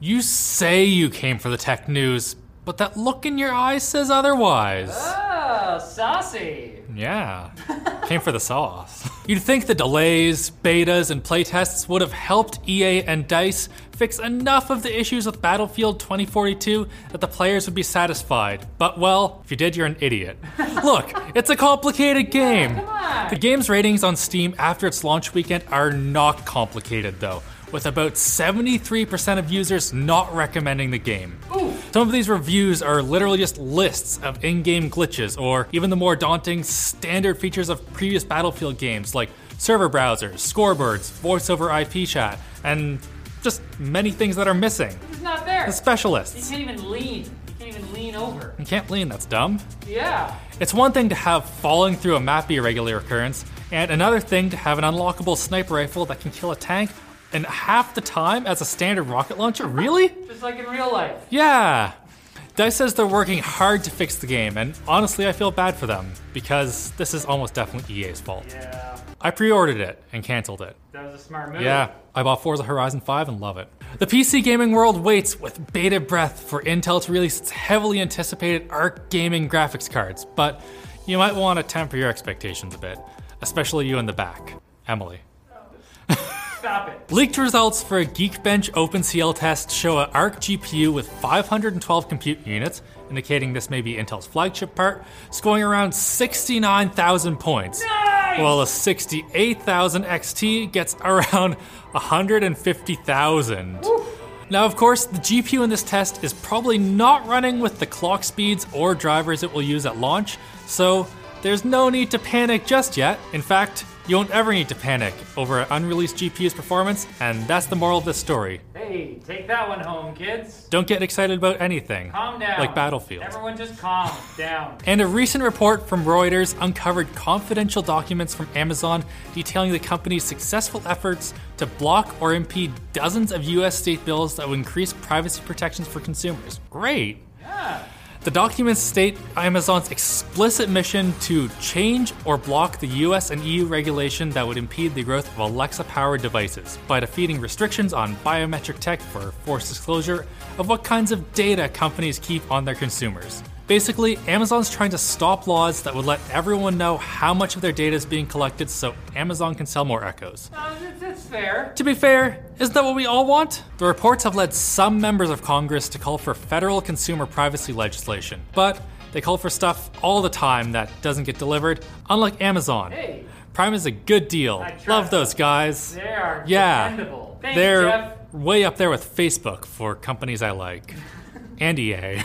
You say you came for the tech news, but that look in your eye says otherwise. Oh, saucy. Yeah, came for the sauce. You'd think the delays, betas, and playtests would have helped EA and DICE fix enough of the issues with Battlefield 2042 that the players would be satisfied. But, well, if you did, you're an idiot. Look, it's a complicated game. The game's ratings on Steam after its launch weekend are not complicated, though, with about 73% of users not recommending the game. Some of these reviews are literally just lists of in game glitches, or even the more daunting standard features of previous Battlefield games like server browsers, scoreboards, voice over IP chat, and just many things that are missing. It's not there. The You specialists. can't even lean. You can't even lean over. You can't lean, that's dumb. Yeah. It's one thing to have falling through a map be a regular occurrence, and another thing to have an unlockable sniper rifle that can kill a tank in half the time as a standard rocket launcher. Really? Just like in real life. Yeah. Dice says they're working hard to fix the game, and honestly, I feel bad for them because this is almost definitely EA's fault. Yeah. I pre ordered it and canceled it. That was a smart move. Yeah, I bought Forza Horizon 5 and love it. The PC gaming world waits with bated breath for Intel to release its heavily anticipated ARC gaming graphics cards, but you might want to temper your expectations a bit, especially you in the back, Emily. Stop it. Leaked results for a Geekbench OpenCL test show a ARC GPU with 512 compute units, indicating this may be Intel's flagship part, scoring around 69,000 points. Nice! While a 68,000 XT gets around 150,000. Now, of course, the GPU in this test is probably not running with the clock speeds or drivers it will use at launch, so there's no need to panic just yet. In fact, you won't ever need to panic over an unreleased GPU's performance, and that's the moral of this story. Hey, take that one home, kids. Don't get excited about anything. Calm down. Like Battlefield. Everyone just calm down. And a recent report from Reuters uncovered confidential documents from Amazon detailing the company's successful efforts to block or impede dozens of US state bills that would increase privacy protections for consumers. Great. The documents state Amazon's explicit mission to change or block the US and EU regulation that would impede the growth of Alexa powered devices by defeating restrictions on biometric tech for forced disclosure of what kinds of data companies keep on their consumers. Basically, Amazon's trying to stop laws that would let everyone know how much of their data is being collected so Amazon can sell more Echoes. Uh, it's, it's fair. To be fair, isn't that what we all want? The reports have led some members of Congress to call for federal consumer privacy legislation, but they call for stuff all the time that doesn't get delivered, unlike Amazon. Hey. Prime is a good deal. trust Love those guys. They are yeah. dependable. Thanks, They're Jeff. way up there with Facebook for companies I like. and EA.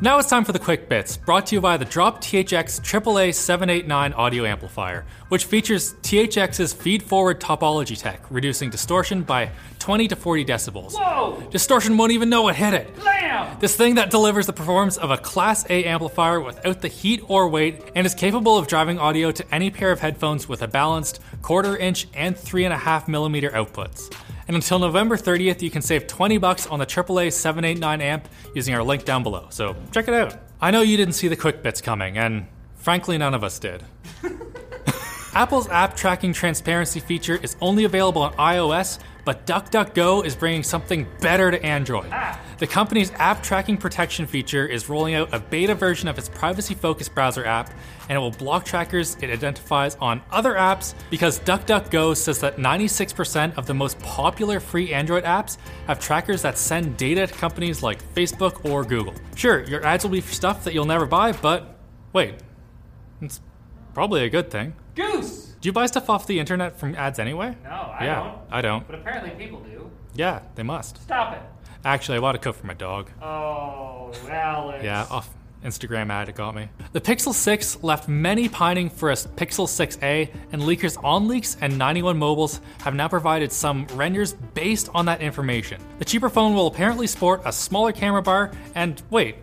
Now it's time for the quick bits, brought to you by the Drop THX AAA 789 audio amplifier, which features THX's feed-forward topology tech, reducing distortion by 20 to 40 decibels. Whoa! Distortion won't even know what hit it. Blam! This thing that delivers the performance of a Class A amplifier without the heat or weight and is capable of driving audio to any pair of headphones with a balanced quarter inch and three and a half millimeter outputs. And until November 30th, you can save 20 bucks on the AAA 789 amp using our link down below. So check it out. I know you didn't see the quick bits coming, and frankly, none of us did. Apple's app tracking transparency feature is only available on iOS, but DuckDuckGo is bringing something better to Android. The company's app tracking protection feature is rolling out a beta version of its privacy focused browser app, and it will block trackers it identifies on other apps because DuckDuckGo says that 96% of the most popular free Android apps have trackers that send data to companies like Facebook or Google. Sure, your ads will be for stuff that you'll never buy, but wait, it's probably a good thing. Goose! Do you buy stuff off the internet from ads anyway? No, I yeah, don't. I don't. But apparently people do. Yeah, they must. Stop it. Actually, I bought a coat for my dog. Oh, Alex. Yeah, off Instagram ad it got me. The Pixel 6 left many pining for a s- Pixel 6a, and leakers OnLeaks and 91 Mobiles have now provided some renders based on that information. The cheaper phone will apparently sport a smaller camera bar and wait,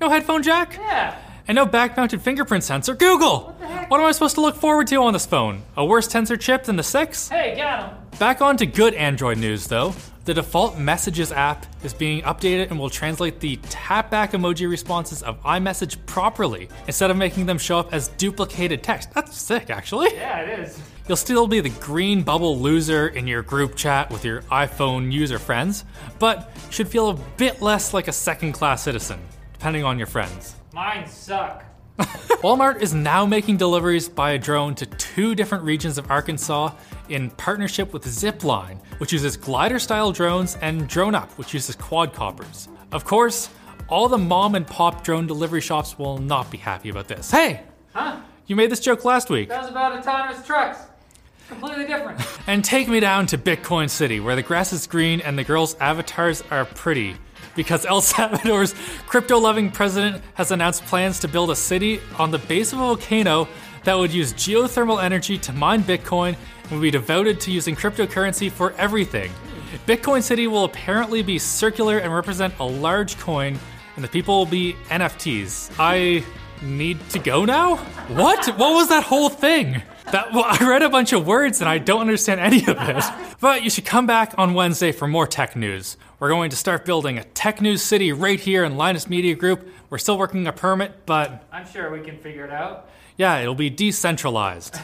no headphone jack? Yeah. And no back mounted fingerprint sensor. Google! What, the heck? am I supposed to look forward to on this phone? A worse sensor chip than the 6? Hey, got him. Back on to good Android news though. The default messages app is being updated and will translate the tap back emoji responses of iMessage properly instead of making them show up as duplicated text. That's sick, actually. Yeah, it is. You'll still be the green bubble loser in your group chat with your iPhone user friends, but should feel a bit less like a second class citizen, depending on your friends. Mine suck. Walmart is now making deliveries by a drone to two different regions of Arkansas in partnership with Zipline, which uses glider style drones, and DroneUp, which uses quadcopters. Of course, all the mom and pop drone delivery shops will not be happy about this. Hey! Huh? You made this joke last week. That was about autonomous trucks. Completely different. And take me down to Bitcoin City, where the grass is green and the girls' avatars are pretty. Because El Salvador's crypto loving president has announced plans to build a city on the base of a volcano that would use geothermal energy to mine Bitcoin and would be devoted to using cryptocurrency for everything. Bitcoin City will apparently be circular and represent a large coin, and the people will be NFTs. I need to go now? What? What was that whole thing? That well, I read a bunch of words and I don't understand any of it. But you should come back on Wednesday for more tech news. We're going to start building a tech news city right here in Linus Media Group. We're still working a permit, but I'm sure we can figure it out. yeah, it'll be decentralized.